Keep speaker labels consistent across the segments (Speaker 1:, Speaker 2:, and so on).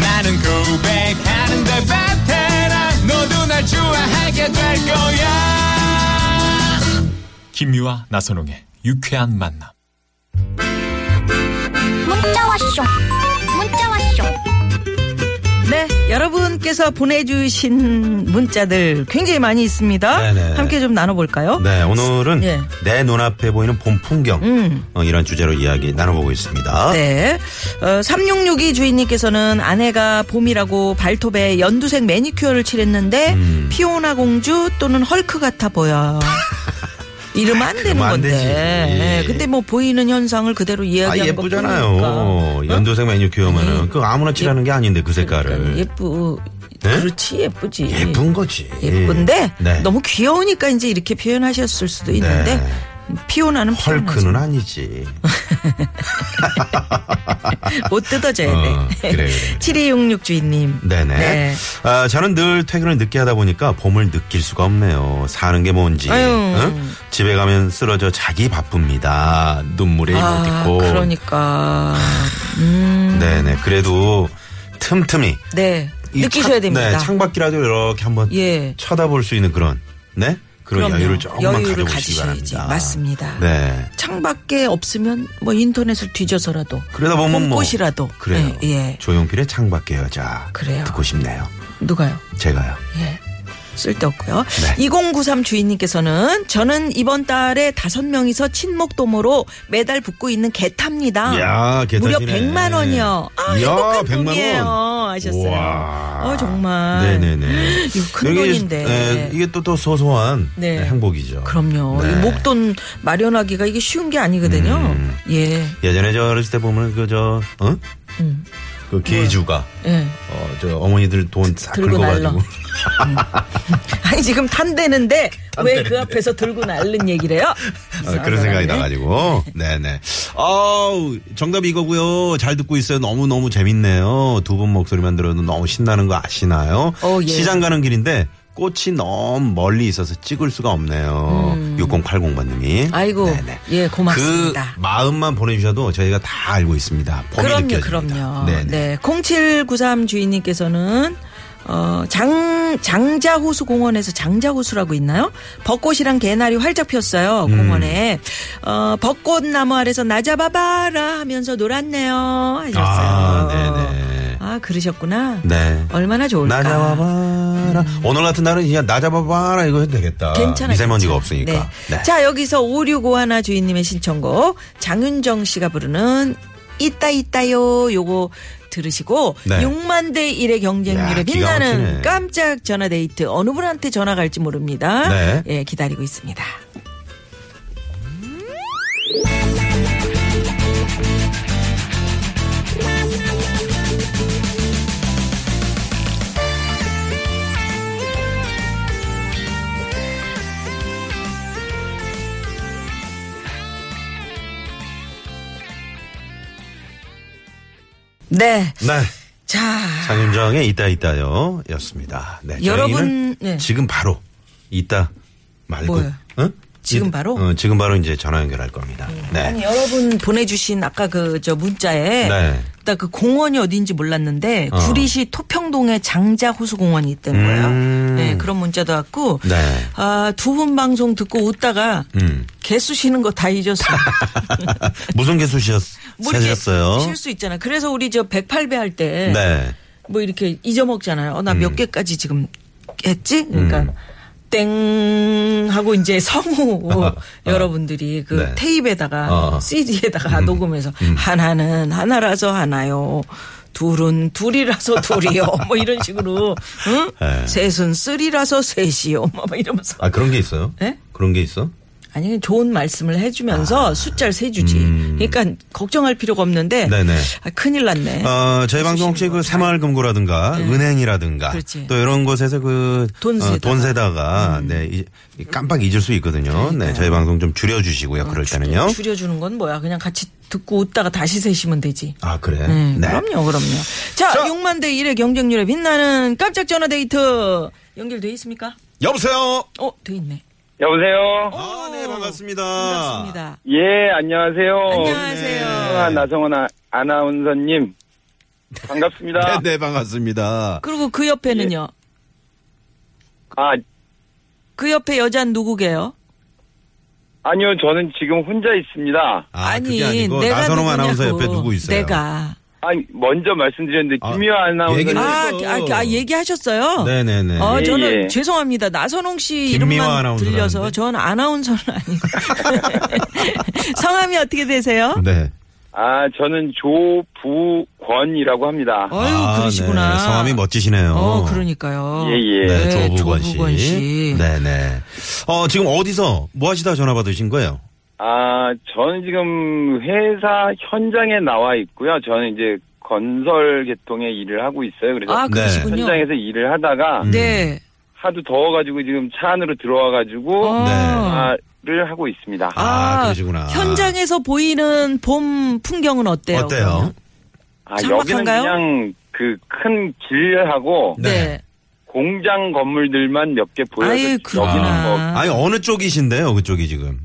Speaker 1: 나는 고백하는데 베테랑 너도 날 좋아하게 될 거야
Speaker 2: 김미화 나선홍의 유쾌한 만남.
Speaker 3: 문자 왔쇼 문자 왔쇼
Speaker 4: 네, 여러분께서 보내주신 문자들 굉장히 많이 있습니다.
Speaker 5: 네네.
Speaker 4: 함께 좀 나눠볼까요?
Speaker 5: 네, 오늘은
Speaker 4: 예. 음.
Speaker 5: 내 눈앞에 보이는 봄 풍경 어, 이런 주제로 이야기 나눠보고 있습니다.
Speaker 4: 네. 어, 3662 주인님께서는 아내가 봄이라고 발톱에 연두색 매니큐어를 칠했는데
Speaker 5: 음.
Speaker 4: 피오나 공주 또는 헐크 같아 보여. 이러면 안 되는
Speaker 5: 그러면 안
Speaker 4: 건데.
Speaker 5: 되지. 예.
Speaker 4: 예, 근데 뭐 보이는 현상을 그대로
Speaker 5: 아
Speaker 4: 이야기하는 그러니까.
Speaker 5: 예쁘잖아요.
Speaker 4: 것뿐이니까. 음.
Speaker 5: 연두색 매니큐어면은 그 아무나 칠하는 게 아닌데 그 색깔을
Speaker 4: 예쁘.
Speaker 5: 네?
Speaker 4: 그렇지 그러니까. 예쁘지.
Speaker 5: 예쁜 거지.
Speaker 4: 예쁜데
Speaker 5: 네.
Speaker 4: 너무 귀여우니까 이제 이렇게 표현하셨을 수도 있는데 피오나는
Speaker 5: 네. 헐크는 아니지.
Speaker 4: 못 뜯어져야 돼.
Speaker 5: 아, 어, 그래 그래.
Speaker 4: 7266 주인님.
Speaker 5: 네네.
Speaker 4: 네.
Speaker 5: 아, 저는 늘 퇴근을 늦게 하다 보니까 봄을 느낄 수가 없네요. 사는 게 뭔지.
Speaker 4: 아유.
Speaker 5: 응? 집에 가면 쓰러져 자기 바쁩니다. 눈물에
Speaker 4: 아,
Speaker 5: 이모티콘.
Speaker 4: 그러니까. 음,
Speaker 5: 네네. 그래도 틈틈이
Speaker 4: 네.
Speaker 5: 이
Speaker 4: 느끼셔야
Speaker 5: 창-
Speaker 4: 됩니다.
Speaker 5: 네, 창밖이라도 이렇게 한번
Speaker 4: 예.
Speaker 5: 쳐다볼 수 있는 그런 네 그런
Speaker 4: 그럼요.
Speaker 5: 여유를 조금만
Speaker 4: 여유를
Speaker 5: 가져보시기
Speaker 4: 가지셔야지.
Speaker 5: 바랍니다.
Speaker 4: 맞습니다.
Speaker 5: 네.
Speaker 4: 창밖에 없으면 뭐 인터넷을 뒤져서라도
Speaker 5: 그러다 보면 뭐
Speaker 4: 봄꽃이라도.
Speaker 5: 그래요.
Speaker 4: 예, 예.
Speaker 5: 조용필의 창밖의 여자
Speaker 4: 그래요.
Speaker 5: 듣고 싶네요.
Speaker 4: 누가요?
Speaker 5: 제가요.
Speaker 4: 예. 쓸데없고요.
Speaker 5: 네.
Speaker 4: 2093 주인님께서는 저는 이번 달에 다섯 명이서 친목 도모로 매달 붙고 있는 개 탑니다.
Speaker 5: 이야, 개
Speaker 4: 무려
Speaker 5: 탓이네.
Speaker 4: 100만 원이요. 아,
Speaker 5: 이야,
Speaker 4: 행복한
Speaker 5: 100만 원.
Speaker 4: 돈이에요. 하셨어요.
Speaker 5: 우와.
Speaker 4: 어, 정말.
Speaker 5: 네네네.
Speaker 4: 이거 큰
Speaker 5: 여기,
Speaker 4: 돈인데.
Speaker 5: 예, 이게 또 또 소소한
Speaker 4: 네.
Speaker 5: 행복이죠.
Speaker 4: 그럼요.
Speaker 5: 네.
Speaker 4: 이 목돈 마련하기가 이게 쉬운 게 아니거든요.
Speaker 5: 음.
Speaker 4: 예.
Speaker 5: 예전에 저 어렸을 때 보면 그저 어?
Speaker 4: 음.
Speaker 5: 그 계주가
Speaker 4: 예.
Speaker 5: 어, 저 어머니들 돈 싹
Speaker 4: 들고 날라.
Speaker 5: 긁어가지고
Speaker 4: 아니 지금 탄대는데 왜 그 앞에서 들고 날른 얘기를 해요?
Speaker 5: 아, 그런 생각이 나가지고. 네네. 아우, 정답 이거고요. 잘 듣고 있어요. 너무너무 재밌네요. 두 분 목소리만 들어도 너무 신나는 거 아시나요?
Speaker 4: 어, 예.
Speaker 5: 시장 가는 길인데 꽃이 너무 멀리 있어서 찍을 수가 없네요. 6080번님이.
Speaker 4: 음. 아이고, 예, 고맙습니다.
Speaker 5: 그 마음만 보내주셔도 저희가 다 알고 있습니다. 봄이
Speaker 4: 그럼요,
Speaker 5: 느껴집니다.
Speaker 4: 그럼요.
Speaker 5: 네네.
Speaker 4: 네, 0793 주인님께서는 어, 장, 장자호수 공원에서 장자호수라고 있나요? 벚꽃이랑 개나리 활짝 폈어요,
Speaker 5: 음.
Speaker 4: 공원에. 어, 벚꽃나무 아래서 나 잡아봐라 하면서 놀았네요. 하셨어요.
Speaker 5: 아, 네네.
Speaker 4: 아, 그러셨구나.
Speaker 5: 네.
Speaker 4: 얼마나 좋을까.
Speaker 5: 나 잡아봐라. 오늘 같은 날은 그냥 나 잡아봐라 이거 해도 되겠다.
Speaker 4: 괜찮아요.
Speaker 5: 미세먼지가
Speaker 4: 괜찮아요.
Speaker 5: 없으니까.
Speaker 4: 네. 자, 여기서 5651 주인님의 신청곡 장윤정 씨가 부르는 있다 있다요 요거 들으시고
Speaker 5: 네.
Speaker 4: 6만 대 1의 경쟁률에
Speaker 5: 야, 기가
Speaker 4: 빛나는
Speaker 5: 막히네.
Speaker 4: 깜짝 전화 데이트 어느 분한테 전화 갈지 모릅니다.
Speaker 5: 네.
Speaker 4: 예, 기다리고 있습니다. 네.
Speaker 5: 네.
Speaker 4: 자,
Speaker 5: 장윤정의 이따 이따요 였습니다. 네, 저희는
Speaker 4: 여러분, 네.
Speaker 5: 지금 바로 이따 말고
Speaker 4: 뭐요?
Speaker 5: 어?
Speaker 4: 지금
Speaker 5: 이-
Speaker 4: 바로? 음.
Speaker 5: 어, 지금 바로 이제 전화 연결할 겁니다. 네.
Speaker 4: 아니, 여러분 보내주신 아까 그 저 문자에
Speaker 5: 네.
Speaker 4: 딱 그 공원이 어디인지 몰랐는데
Speaker 5: 어.
Speaker 4: 구리시 토평동에 장자 호수공원이 있던 거예요.
Speaker 5: 음.
Speaker 4: 네, 그런 문자도 왔고
Speaker 5: 네.
Speaker 4: 아, 두 분 방송 듣고 웃다가
Speaker 5: 음.
Speaker 4: 개수 쉬는 거 다 잊었어요.
Speaker 5: 무슨 개수셨
Speaker 4: 뭐 이렇게
Speaker 5: 찾으셨어요?
Speaker 4: 쉴수 있잖아. 그래서 우리 저 108배 할 때 뭐
Speaker 5: 네.
Speaker 4: 이렇게 잊어먹잖아요. 어, 나 몇 개까지 지금 했지? 그러니까
Speaker 5: 음.
Speaker 4: 땡 하고 이제 성우
Speaker 5: 어.
Speaker 4: 여러분들이 그
Speaker 5: 네.
Speaker 4: 테이프에다가
Speaker 5: 어.
Speaker 4: CD에다가 녹음해서 하나는 하나라서 하나요. 둘은 둘이라서 둘이요. 뭐 이런 식으로. 응?
Speaker 5: 네.
Speaker 4: 셋은 쓰리라서 셋이요. 뭐 이러면서.
Speaker 5: 아 그런 게 있어요?
Speaker 4: 네?
Speaker 5: 그런 게 있어?
Speaker 4: 아니 좋은 말씀을 해주면서
Speaker 5: 아.
Speaker 4: 숫자를 세주지. 그러니까 걱정할 필요가 없는데
Speaker 5: 음. 네네.
Speaker 4: 아, 큰일 났네.
Speaker 5: 어, 저희 방송 혹시 그 새마을금고라든가 은행이라든가
Speaker 4: 네. 그렇지.
Speaker 5: 또 이런 곳에서 그
Speaker 4: 돈
Speaker 5: 어,
Speaker 4: 세다가. 음.
Speaker 5: 돈 세다가 네, 이- 이 깜빡 잊을 수 있거든요. 네, 저희 방송 좀 줄여주시고요. 그럴 때는요.
Speaker 4: 어, 줄여주는 건 뭐야? 그냥 같이 듣고 웃다가 다시 세시면 되지.
Speaker 5: 아 그래.
Speaker 4: 네,
Speaker 5: 네.
Speaker 4: 그럼요, 그럼요. 자, 6만 대 1의 경쟁률에 빛나는 깜짝 전화 데이트 연결돼 있습니까?
Speaker 5: 여보세요.
Speaker 4: 어, 돼 있네.
Speaker 6: 여보세요?
Speaker 5: 아, 네 반갑습니다.
Speaker 4: 반갑습니다.
Speaker 6: 예, 안녕하세요.
Speaker 5: 아. 어,
Speaker 4: 안녕하세요.
Speaker 6: 성한 나성원 아- 아나운서님.
Speaker 5: 네,
Speaker 6: 반갑습니다.
Speaker 5: 네 반갑습니다.
Speaker 4: 그리고 그 옆에는요.
Speaker 5: 예.
Speaker 6: 아,
Speaker 4: 그 옆에 여자는 누구게요?
Speaker 6: 아니요, 저는 지금 혼자 있습니다.
Speaker 5: 아, 그게 아니고 나선홍
Speaker 4: 누구냐고.
Speaker 5: 아나운서 옆에 누구 있어요?
Speaker 4: 내가.
Speaker 6: 아니, 먼저 말씀드렸는데,
Speaker 5: 아,
Speaker 6: 김유아 아나운서님.
Speaker 5: 얘기를-
Speaker 4: 아,
Speaker 5: 그래서.
Speaker 4: 아, 아, 얘기하셨어요?
Speaker 5: 네네네.
Speaker 4: 어,
Speaker 6: 예,
Speaker 4: 저는
Speaker 6: 예.
Speaker 4: 죄송합니다. 나선홍 씨
Speaker 5: 김미화
Speaker 4: 이름만
Speaker 5: 아나운서라는데.
Speaker 4: 들려서 전 아나운서는 아니고. 성함이 어떻게 되세요?
Speaker 5: 네.
Speaker 6: 아, 저는 조부권이라고 합니다.
Speaker 4: 어유
Speaker 5: 아,
Speaker 4: 그러시구나.
Speaker 5: 네. 성함이 멋지시네요.
Speaker 4: 어, 그러니까요.
Speaker 6: 예, 예.
Speaker 5: 네,
Speaker 4: 네,
Speaker 5: 조부권 씨.
Speaker 4: 조부권 씨.
Speaker 5: 네네. 어, 지금 어디서 뭐 하시다 전화 받으신 거예요?
Speaker 6: 아, 저는 지금 회사 현장에 나와 있고요. 저는 이제 건설 계통의 일을 하고 있어요. 그래서
Speaker 4: 아,
Speaker 5: 네.
Speaker 4: 그러시군요.
Speaker 6: 현장에서 일을 하다가
Speaker 4: 네.
Speaker 6: 하도 더워가지고 지금 차 안으로 들어와가지고
Speaker 4: 어.
Speaker 5: 네.
Speaker 6: 아, 전화를 하고 있습니다.
Speaker 5: 아, 그러시구나.
Speaker 4: 현장에서 보이는 봄 풍경은 어때요?
Speaker 5: 어때요?
Speaker 6: 아, 여기는
Speaker 4: 삭막한가요?
Speaker 6: 그냥 그 큰 길하고
Speaker 4: 그러면? 네.
Speaker 6: 공장 건물들만 몇 개 보여요.
Speaker 4: 아유,
Speaker 6: 여기는 뭐,
Speaker 4: 그러구나.
Speaker 5: 아니, 어느 쪽이신데요, 그쪽이 지금?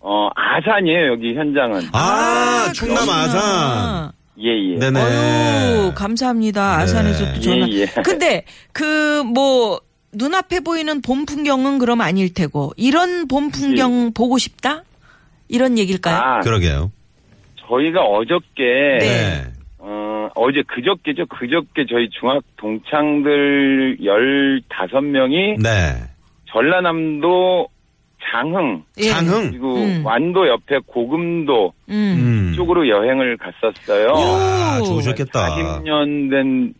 Speaker 6: 어, 아산이에요, 여기 현장은.
Speaker 5: 아, 충남
Speaker 4: 그러시구나.
Speaker 5: 아산.
Speaker 6: 예, 예.
Speaker 5: 네네. 네.
Speaker 4: 어유 감사합니다. 아산에서 또 전화.
Speaker 6: 예, 예.
Speaker 4: 근데 그 뭐 눈앞에 보이는 봄 풍경은 그럼 아닐 테고 이런 봄 풍경 보고 싶다? 이런 얘기일까요?
Speaker 6: 예. 아,
Speaker 5: 그러게요.
Speaker 6: 저희가 어저께,
Speaker 5: 네.
Speaker 6: 어, 어제 그저께죠? 그저께 저희 중학 동창들 15명이
Speaker 5: 네.
Speaker 6: 전라남도
Speaker 5: 음.
Speaker 6: 장흥,
Speaker 4: 예.
Speaker 5: 장흥.
Speaker 6: 그리고
Speaker 4: 음.
Speaker 6: 완도 옆에 고금도
Speaker 4: 음.
Speaker 5: 음.
Speaker 6: 쪽으로 여행을 갔었어요.
Speaker 5: 아,
Speaker 4: 오.
Speaker 5: 좋으셨겠다.
Speaker 6: 40년 된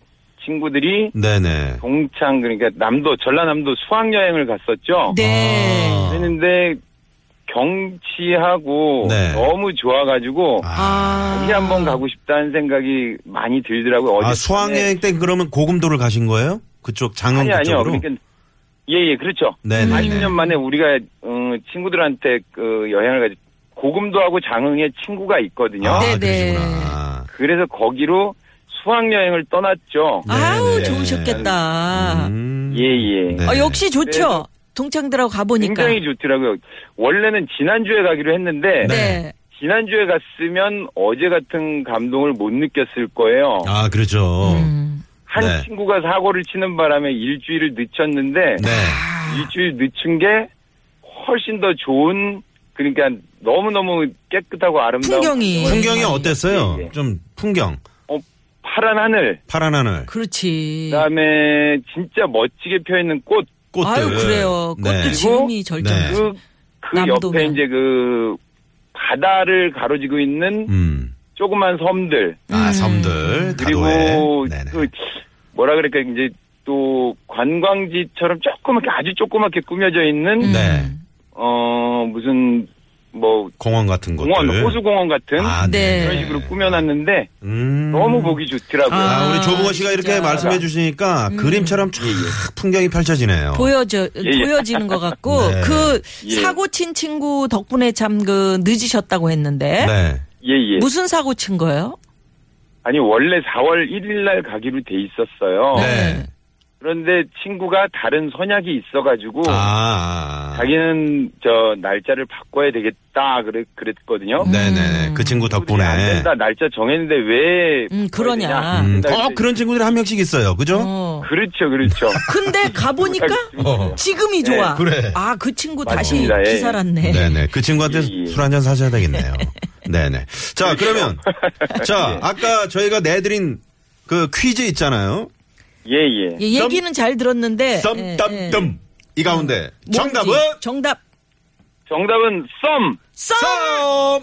Speaker 6: 친구들이
Speaker 5: 네네.
Speaker 6: 동창 그러니까 남도 전라남도 수학 여행을
Speaker 5: 음.
Speaker 6: 갔었죠.
Speaker 4: 네.
Speaker 6: 했는데 경치하고
Speaker 5: 네.
Speaker 6: 너무 좋아가지고 다시 한번 가고 싶다는 생각이 많이 들더라고요. 어제
Speaker 5: 아, 수학여행 때 그러면 고금도를 가신 거예요? 그쪽 장흥
Speaker 6: 아니 아니요.
Speaker 5: 그쪽으로?
Speaker 6: 그러니까 예예 그렇죠.
Speaker 5: 네네네.
Speaker 6: 40년 만에 우리가 어, 친구들한테 그 여행을 가지 고금도 하고 장흥에 친구가 있거든요.
Speaker 5: 아,
Speaker 4: 네네.
Speaker 5: 그러시구나.
Speaker 6: 그래서 거기로 수학 여행을 떠났죠.
Speaker 4: 아우
Speaker 5: 네네.
Speaker 4: 좋으셨겠다.
Speaker 5: 음.
Speaker 6: 예예.
Speaker 5: 네.
Speaker 4: 어, 역시 좋죠.
Speaker 6: 그래서
Speaker 4: 동창들하고 가보니까.
Speaker 6: 굉장히 좋더라고요. 원래는 지난주에 가기로 했는데
Speaker 4: 네.
Speaker 6: 지난주에 갔으면 어제 같은 감동을 못 느꼈을 거예요.
Speaker 5: 아, 그렇죠.
Speaker 4: 음.
Speaker 6: 한
Speaker 5: 네.
Speaker 6: 친구가 사고를 치는 바람에 일주일을 늦췄는데
Speaker 5: 네.
Speaker 4: 아,
Speaker 6: 일주일 늦춘 게 훨씬 더 좋은 그러니까 너무너무 깨끗하고 아름다운
Speaker 4: 풍경이.
Speaker 5: 풍경이 어땠어요?
Speaker 6: 예, 예.
Speaker 5: 좀 풍경.
Speaker 6: 파란 하늘
Speaker 5: 파란 하늘.
Speaker 4: 그렇지.
Speaker 6: 그다음에 진짜 멋지게 펴 있는 꽃
Speaker 5: 꽃들.
Speaker 4: 아유 그래요. 그것도
Speaker 5: 네.
Speaker 4: 지금이 절정.
Speaker 5: 네.
Speaker 6: 그, 그
Speaker 4: 남도면.
Speaker 6: 옆에 이제 그 바다를 가로지고 있는
Speaker 5: 음.
Speaker 6: 조그만 섬들
Speaker 4: 음.
Speaker 5: 아, 섬들. 다도해.
Speaker 6: 그리고
Speaker 5: 네네.
Speaker 6: 그 뭐라 그럴까 이제 또 관광지처럼 조그맣게 아주 조그맣게 꾸며져 있는
Speaker 4: 음.
Speaker 5: 네.
Speaker 6: 어 무슨 뭐
Speaker 5: 공원 같은 것들.
Speaker 6: 공원 호수공원 같은
Speaker 5: 아,
Speaker 4: 네.
Speaker 6: 그런 식으로 꾸며놨는데
Speaker 5: 음.
Speaker 6: 너무 보기 좋더라고요.
Speaker 4: 아.
Speaker 5: 아, 우리 조부건 씨가 이렇게
Speaker 4: 진짜. 음.
Speaker 5: 말씀해 주시니까 그림처럼 쫙 풍경이 펼쳐지네요.
Speaker 4: 보여져
Speaker 6: 예, 예.
Speaker 4: 보여지는 것 같고
Speaker 5: 네.
Speaker 4: 그
Speaker 6: 예.
Speaker 4: 사고 친 친구 덕분에 참 그 늦으셨다고 했는데
Speaker 5: 네.
Speaker 6: 예예.
Speaker 4: 무슨 사고 친 거예요?
Speaker 6: 아니 원래 4월 1일날 가기로 돼 있었어요.
Speaker 5: 네.
Speaker 6: 그런데 친구가 다른 선약이 있어가지고
Speaker 5: 아.
Speaker 6: 자기는 저 날짜를 바꿔야 되겠다 그랬 그랬거든요.
Speaker 5: 네네. 그 친구
Speaker 6: 음. 안
Speaker 5: 덕분에.
Speaker 6: 된다 날짜 정했는데 왜
Speaker 4: 음,
Speaker 6: 바꿔야
Speaker 4: 그러냐.
Speaker 6: 되냐?
Speaker 5: 음.
Speaker 6: 그랬다
Speaker 5: 어,
Speaker 6: 그랬더니
Speaker 5: 그런 친구들이 한 명씩 있어요. 그죠?
Speaker 4: 어.
Speaker 6: 그렇죠 그렇죠.
Speaker 4: 근데 가보니까
Speaker 5: 어.
Speaker 4: 지금이 좋아.
Speaker 5: 그래.
Speaker 4: 아 그 친구
Speaker 6: 맞습니다.
Speaker 4: 다시
Speaker 6: 예.
Speaker 4: 기살았네.
Speaker 5: 네네. 그 친구한테
Speaker 6: 예, 그렇죠. 예.
Speaker 5: 술 한 잔 사셔야 되겠네요. 네네. 자, 그러면.
Speaker 6: 예.
Speaker 5: 자, 아까 저희가 내드린 그 퀴즈 있잖아요.
Speaker 6: 예예.
Speaker 4: 예, 얘기는 잘 들었는데 예, 예. 음.
Speaker 5: 썸땀땀. 이 가운데.
Speaker 4: 뭔지.
Speaker 5: 정답은?
Speaker 4: 정답
Speaker 6: 정답은 썸.
Speaker 4: 썸
Speaker 5: 썸!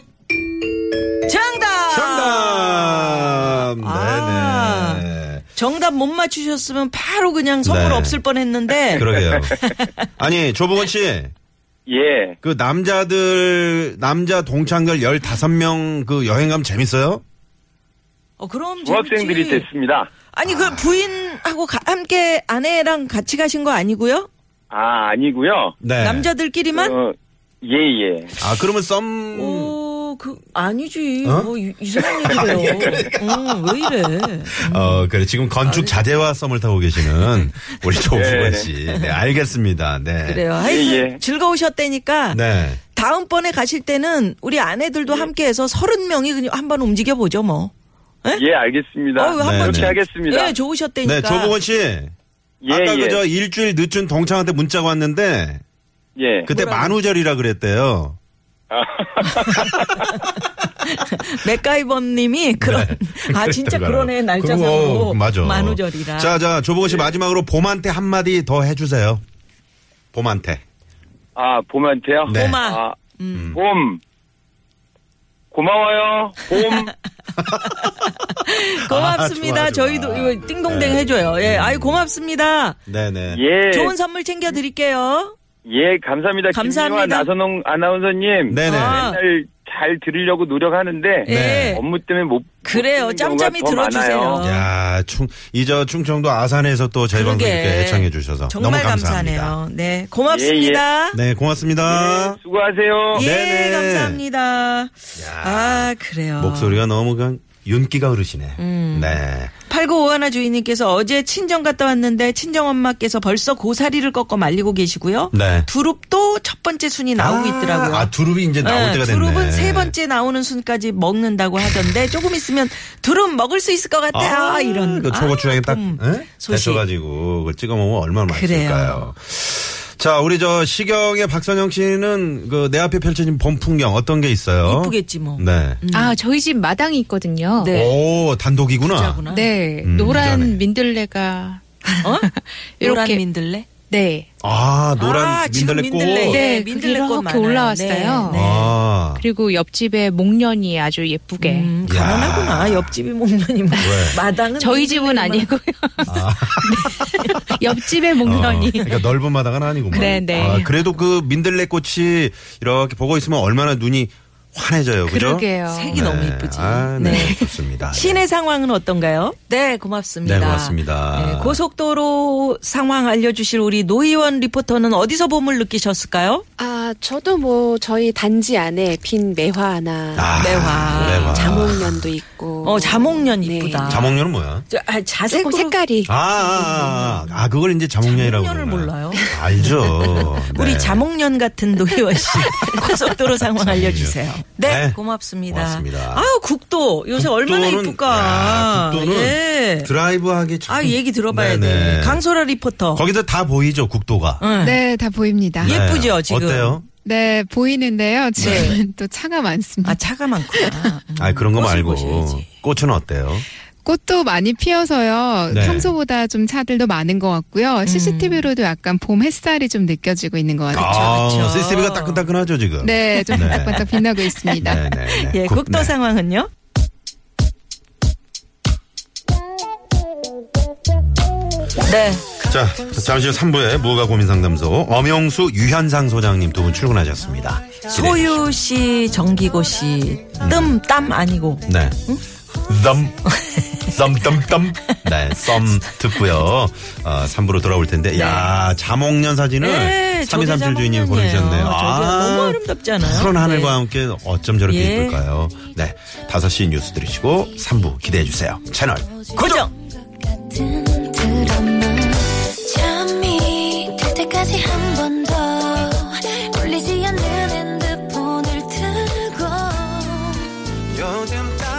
Speaker 4: 정답
Speaker 5: 정답!
Speaker 4: 아.
Speaker 5: 네네.
Speaker 4: 정답 못 맞추셨으면 바로 그냥 선물
Speaker 5: 네.
Speaker 4: 없을 뻔했는데
Speaker 5: 그러게요. 아니, 조복원 씨.
Speaker 6: 예.
Speaker 5: 그 남자들 남자 동창들 15명 그 여행 가면 재밌어요?
Speaker 4: 어, 그럼
Speaker 6: 중학생들이
Speaker 4: 재밌지.
Speaker 6: 됐습니다.
Speaker 4: 아니 그 부인하고 가- 함께 아내랑 같이 가신 거 아니고요?
Speaker 6: 아, 아니고요.
Speaker 5: 네.
Speaker 4: 남자들끼리만?
Speaker 6: 어, 예, 예.
Speaker 5: 아 그러면 썸
Speaker 6: 어.
Speaker 4: 오, 그 아니지.
Speaker 5: 어? 그러니까.
Speaker 4: 뭐 이- 이상한 얘기래요. 응, 왜 이래?
Speaker 5: 어, 그래. 지금 건축 자재와 썸을 타고 계시는 우리 조부관
Speaker 6: 네.
Speaker 5: 씨. 네, 알겠습니다. 네.
Speaker 4: 그래요. 하여튼
Speaker 6: 예, 예.
Speaker 4: 즐거우셨다니까
Speaker 5: 네.
Speaker 4: 다음번에 가실 때는 우리
Speaker 6: 네.
Speaker 4: 아내들도 함께해서 서른 명이 그냥 한번 움직여 보죠 뭐.
Speaker 6: 예, 알겠습니다.
Speaker 4: 어우, 한번
Speaker 5: 네,
Speaker 6: 그렇게
Speaker 5: 네.
Speaker 6: 하겠습니다.
Speaker 4: 예, 좋으셨다니까.
Speaker 5: 네, 조부관 씨.
Speaker 6: 예,
Speaker 5: 아까
Speaker 6: 예.
Speaker 5: 그저 일주일 늦춘 동창한테 문자가 왔는데
Speaker 6: 예.
Speaker 5: 그때
Speaker 4: 뭐라고?
Speaker 5: 만우절이라 그랬대요.
Speaker 4: 맥가이버님이 그런 아 진짜
Speaker 5: 그랬던
Speaker 4: 그러네
Speaker 5: 네. 거라고. 그거,
Speaker 4: 날짜상으로
Speaker 5: 어, 맞아.
Speaker 4: 만우절이라. 네.
Speaker 5: 자, 자, 조부관 씨 마지막으로 봄한테 한마디 더 해주세요. 봄한테.
Speaker 6: 아, 봄한테요?
Speaker 5: 네.
Speaker 4: 봄아. 음.
Speaker 6: 아, 봄. 고마워요. 봄.
Speaker 4: 고맙습니다.
Speaker 5: 아, 좋아, 네. 좋아.
Speaker 4: 저희도 이거 띵동댕 해줘요. 예, 아유 고맙습니다.
Speaker 5: 네네.
Speaker 6: 예.
Speaker 4: 좋은 선물 챙겨 드릴게요.
Speaker 6: 예, 감사합니다.
Speaker 4: 감사합니다.
Speaker 6: 김미화 나선홍 아나운서님.
Speaker 5: 네네.
Speaker 4: 아.
Speaker 6: 맨날 잘 들으려고 노력하는데
Speaker 4: 네.
Speaker 6: 업무 때문에 못
Speaker 4: 그래요.
Speaker 6: 듣는
Speaker 4: 짬짬이
Speaker 6: 경우가 더
Speaker 4: 들어주세요.
Speaker 6: 많아요.
Speaker 5: 야, 충, 이저 충청도 아산에서 또 저희 방송
Speaker 4: 그러게.
Speaker 5: 이렇게 애청해 주셔서
Speaker 4: 정말
Speaker 5: 너무 감사합니다.
Speaker 4: 감사하네요. 네, 고맙습니다.
Speaker 6: 예,
Speaker 5: 네, 고맙습니다.
Speaker 6: 수고하세요.
Speaker 4: 예,
Speaker 5: 네네.
Speaker 4: 감사합니다. 아, 그래요.
Speaker 5: 목소리가 너무 그냥 윤기가 흐르시네.
Speaker 4: 음.
Speaker 5: 네.
Speaker 4: 8951 주인님께서 어제 친정 갔다 왔는데 친정엄마께서 벌써 고사리를 꺾어 말리고 계시고요.
Speaker 5: 네.
Speaker 4: 두릅도 첫 번째 순이 나오고 있더라고요.
Speaker 5: 아, 두릅이 이제 나올
Speaker 4: 네,
Speaker 5: 때가 됐네.
Speaker 4: 두릅은 세 번째 나오는 순까지 먹는다고 하던데 조금 있으면 두릅 먹을 수 있을 것 같아요. 이런.
Speaker 5: 그 초고추장에
Speaker 4: 아,
Speaker 5: 딱
Speaker 4: 음,
Speaker 5: 예?
Speaker 4: 소식.
Speaker 5: 데쳐가지고 그걸 찍어 먹으면 얼마나
Speaker 4: 그래요.
Speaker 5: 맛있을까요? 자, 우리 저 시경의 박선영 씨는 그 내 앞에 펼쳐진 봄 풍경 어떤 게 있어요?
Speaker 4: 이쁘겠지 뭐.
Speaker 5: 네.
Speaker 7: 음.
Speaker 8: 아, 저희 집 마당이 있거든요.
Speaker 4: 네.
Speaker 5: 오, 단독이구나.
Speaker 4: 부자구나.
Speaker 8: 네,
Speaker 5: 음,
Speaker 8: 노란
Speaker 5: 부자네.
Speaker 8: 민들레가
Speaker 4: 어? 노란
Speaker 8: 이렇게-
Speaker 4: 민들레?
Speaker 8: 네,
Speaker 5: 아, 노란
Speaker 4: 아, 지금
Speaker 5: 민들레 꽃.
Speaker 4: 민들레.
Speaker 8: 네,
Speaker 4: 예, 민들레
Speaker 8: 그게
Speaker 4: 꽃
Speaker 8: 이렇게
Speaker 4: 많아요.
Speaker 8: 올라왔어요.
Speaker 4: 네, 네.
Speaker 5: 아.
Speaker 8: 그리고 옆집에 목련이 아주 예쁘게.
Speaker 4: 음,
Speaker 5: 야.
Speaker 4: 가난하구나. 옆집이 목련이 마- 마당은
Speaker 8: 저희 집은 아니고요. 네, 옆집에 목련이.
Speaker 5: 어, 그러니까 넓은 마당은 아니구만.
Speaker 8: 네, 네.
Speaker 5: 아, 그래도 그 민들레 꽃이 이렇게 보고 있으면 얼마나 눈이 환해져요. 그죠?
Speaker 8: 그러게요.
Speaker 4: 색이 너무 이쁘지.
Speaker 5: 아, 네.
Speaker 4: 네.
Speaker 5: 좋습니다.
Speaker 4: 시내 상황은 어떤가요? 네, 고맙습니다.
Speaker 5: 네, 고맙습니다.
Speaker 4: 네, 고속도로 상황 알려주실 우리 노희원 리포터는 어디서 봄을 느끼셨을까요?
Speaker 7: 아, 저도 뭐 저희 단지 안에 빈 매화 하나,
Speaker 5: 아,
Speaker 4: 매화.
Speaker 5: 매화.
Speaker 7: 자목련도 있고.
Speaker 4: 어, 자목련
Speaker 7: 네.
Speaker 4: 이쁘다.
Speaker 5: 자몽녀는 뭐야?
Speaker 4: 저, 아, 자색
Speaker 7: 조금 색깔이
Speaker 5: 아, 아, 아, 아, 그걸 이제 자몽녀라고. 네.
Speaker 4: 자몽녀를 몰라요?
Speaker 5: 알죠.
Speaker 4: 우리
Speaker 5: 네.
Speaker 4: 자몽년 같은 노희원 씨 고속도로 상황 알려주세요. 네,
Speaker 5: 네,
Speaker 4: 고맙습니다.
Speaker 5: 고맙습니다.
Speaker 4: 아우 국도 요새 얼마나
Speaker 5: 국도는-
Speaker 4: 이쁠까.
Speaker 5: 야, 국도는
Speaker 4: 예.
Speaker 5: 드라이브하기 참.
Speaker 4: 아 얘기 들어봐야
Speaker 5: 네네.
Speaker 4: 돼. 강소라 리포터.
Speaker 5: 거기서 다 보이죠, 국도가.
Speaker 4: 응.
Speaker 9: 네, 다 보입니다.
Speaker 4: 예. 예쁘죠, 지금?
Speaker 5: 어때요?
Speaker 9: 네, 보이는데요. 지금은
Speaker 8: 네.
Speaker 9: 또 차가 많습니다.
Speaker 4: 아 차가 많구나. 음,
Speaker 5: 아, 그런 거
Speaker 4: 꽃을
Speaker 5: 말고.
Speaker 4: 보셔야지.
Speaker 5: 꽃은 어때요?
Speaker 9: 꽃도 많이 피어서요.
Speaker 5: 네. 음.
Speaker 9: 평소보다 좀 차들도 많은 것 같고요. CCTV로도 약간 봄 햇살이 좀 느껴지고 있는 것 같아요.
Speaker 5: 아,
Speaker 4: 그쵸.
Speaker 5: CCTV가 따끈따끈하죠, 지금.
Speaker 9: 네, 좀
Speaker 5: 네.
Speaker 9: 반짝반짝 빛나고 있습니다.
Speaker 5: 네, 네, 네.
Speaker 4: 예,
Speaker 5: 국-
Speaker 4: 국도
Speaker 5: 네.
Speaker 4: 상황은요? 네.
Speaker 5: 자, 잠시 후 3부에 무허가 고민 상담소 엄영수 유현상 소장님 두 분 출근하셨습니다.
Speaker 4: 소유 씨, 정기고 씨, 뜸, 땀 아니고.
Speaker 5: 네. 썸. 썸땀땀. 네, 썸 듣고요. 어, 3부로 돌아올 텐데. 야, 자몽년 사진을
Speaker 4: 네, 저게
Speaker 5: 3237
Speaker 4: 자몽년이에요.
Speaker 5: 주인님이 보내주셨네요. 아,
Speaker 4: 저게 너무 아름답지 않아요?
Speaker 5: 푸른 하늘과
Speaker 4: 네.
Speaker 5: 함께 어쩜 저렇게
Speaker 4: 예.
Speaker 5: 이쁠까요? 네. 5시 뉴스 들으시고 3부 기대해 주세요. 채널 고정.
Speaker 3: 같은 드라마 잠이 들 때까지 한 번 더 울리지 않는 핸드폰을 틀고
Speaker 1: 요즘 따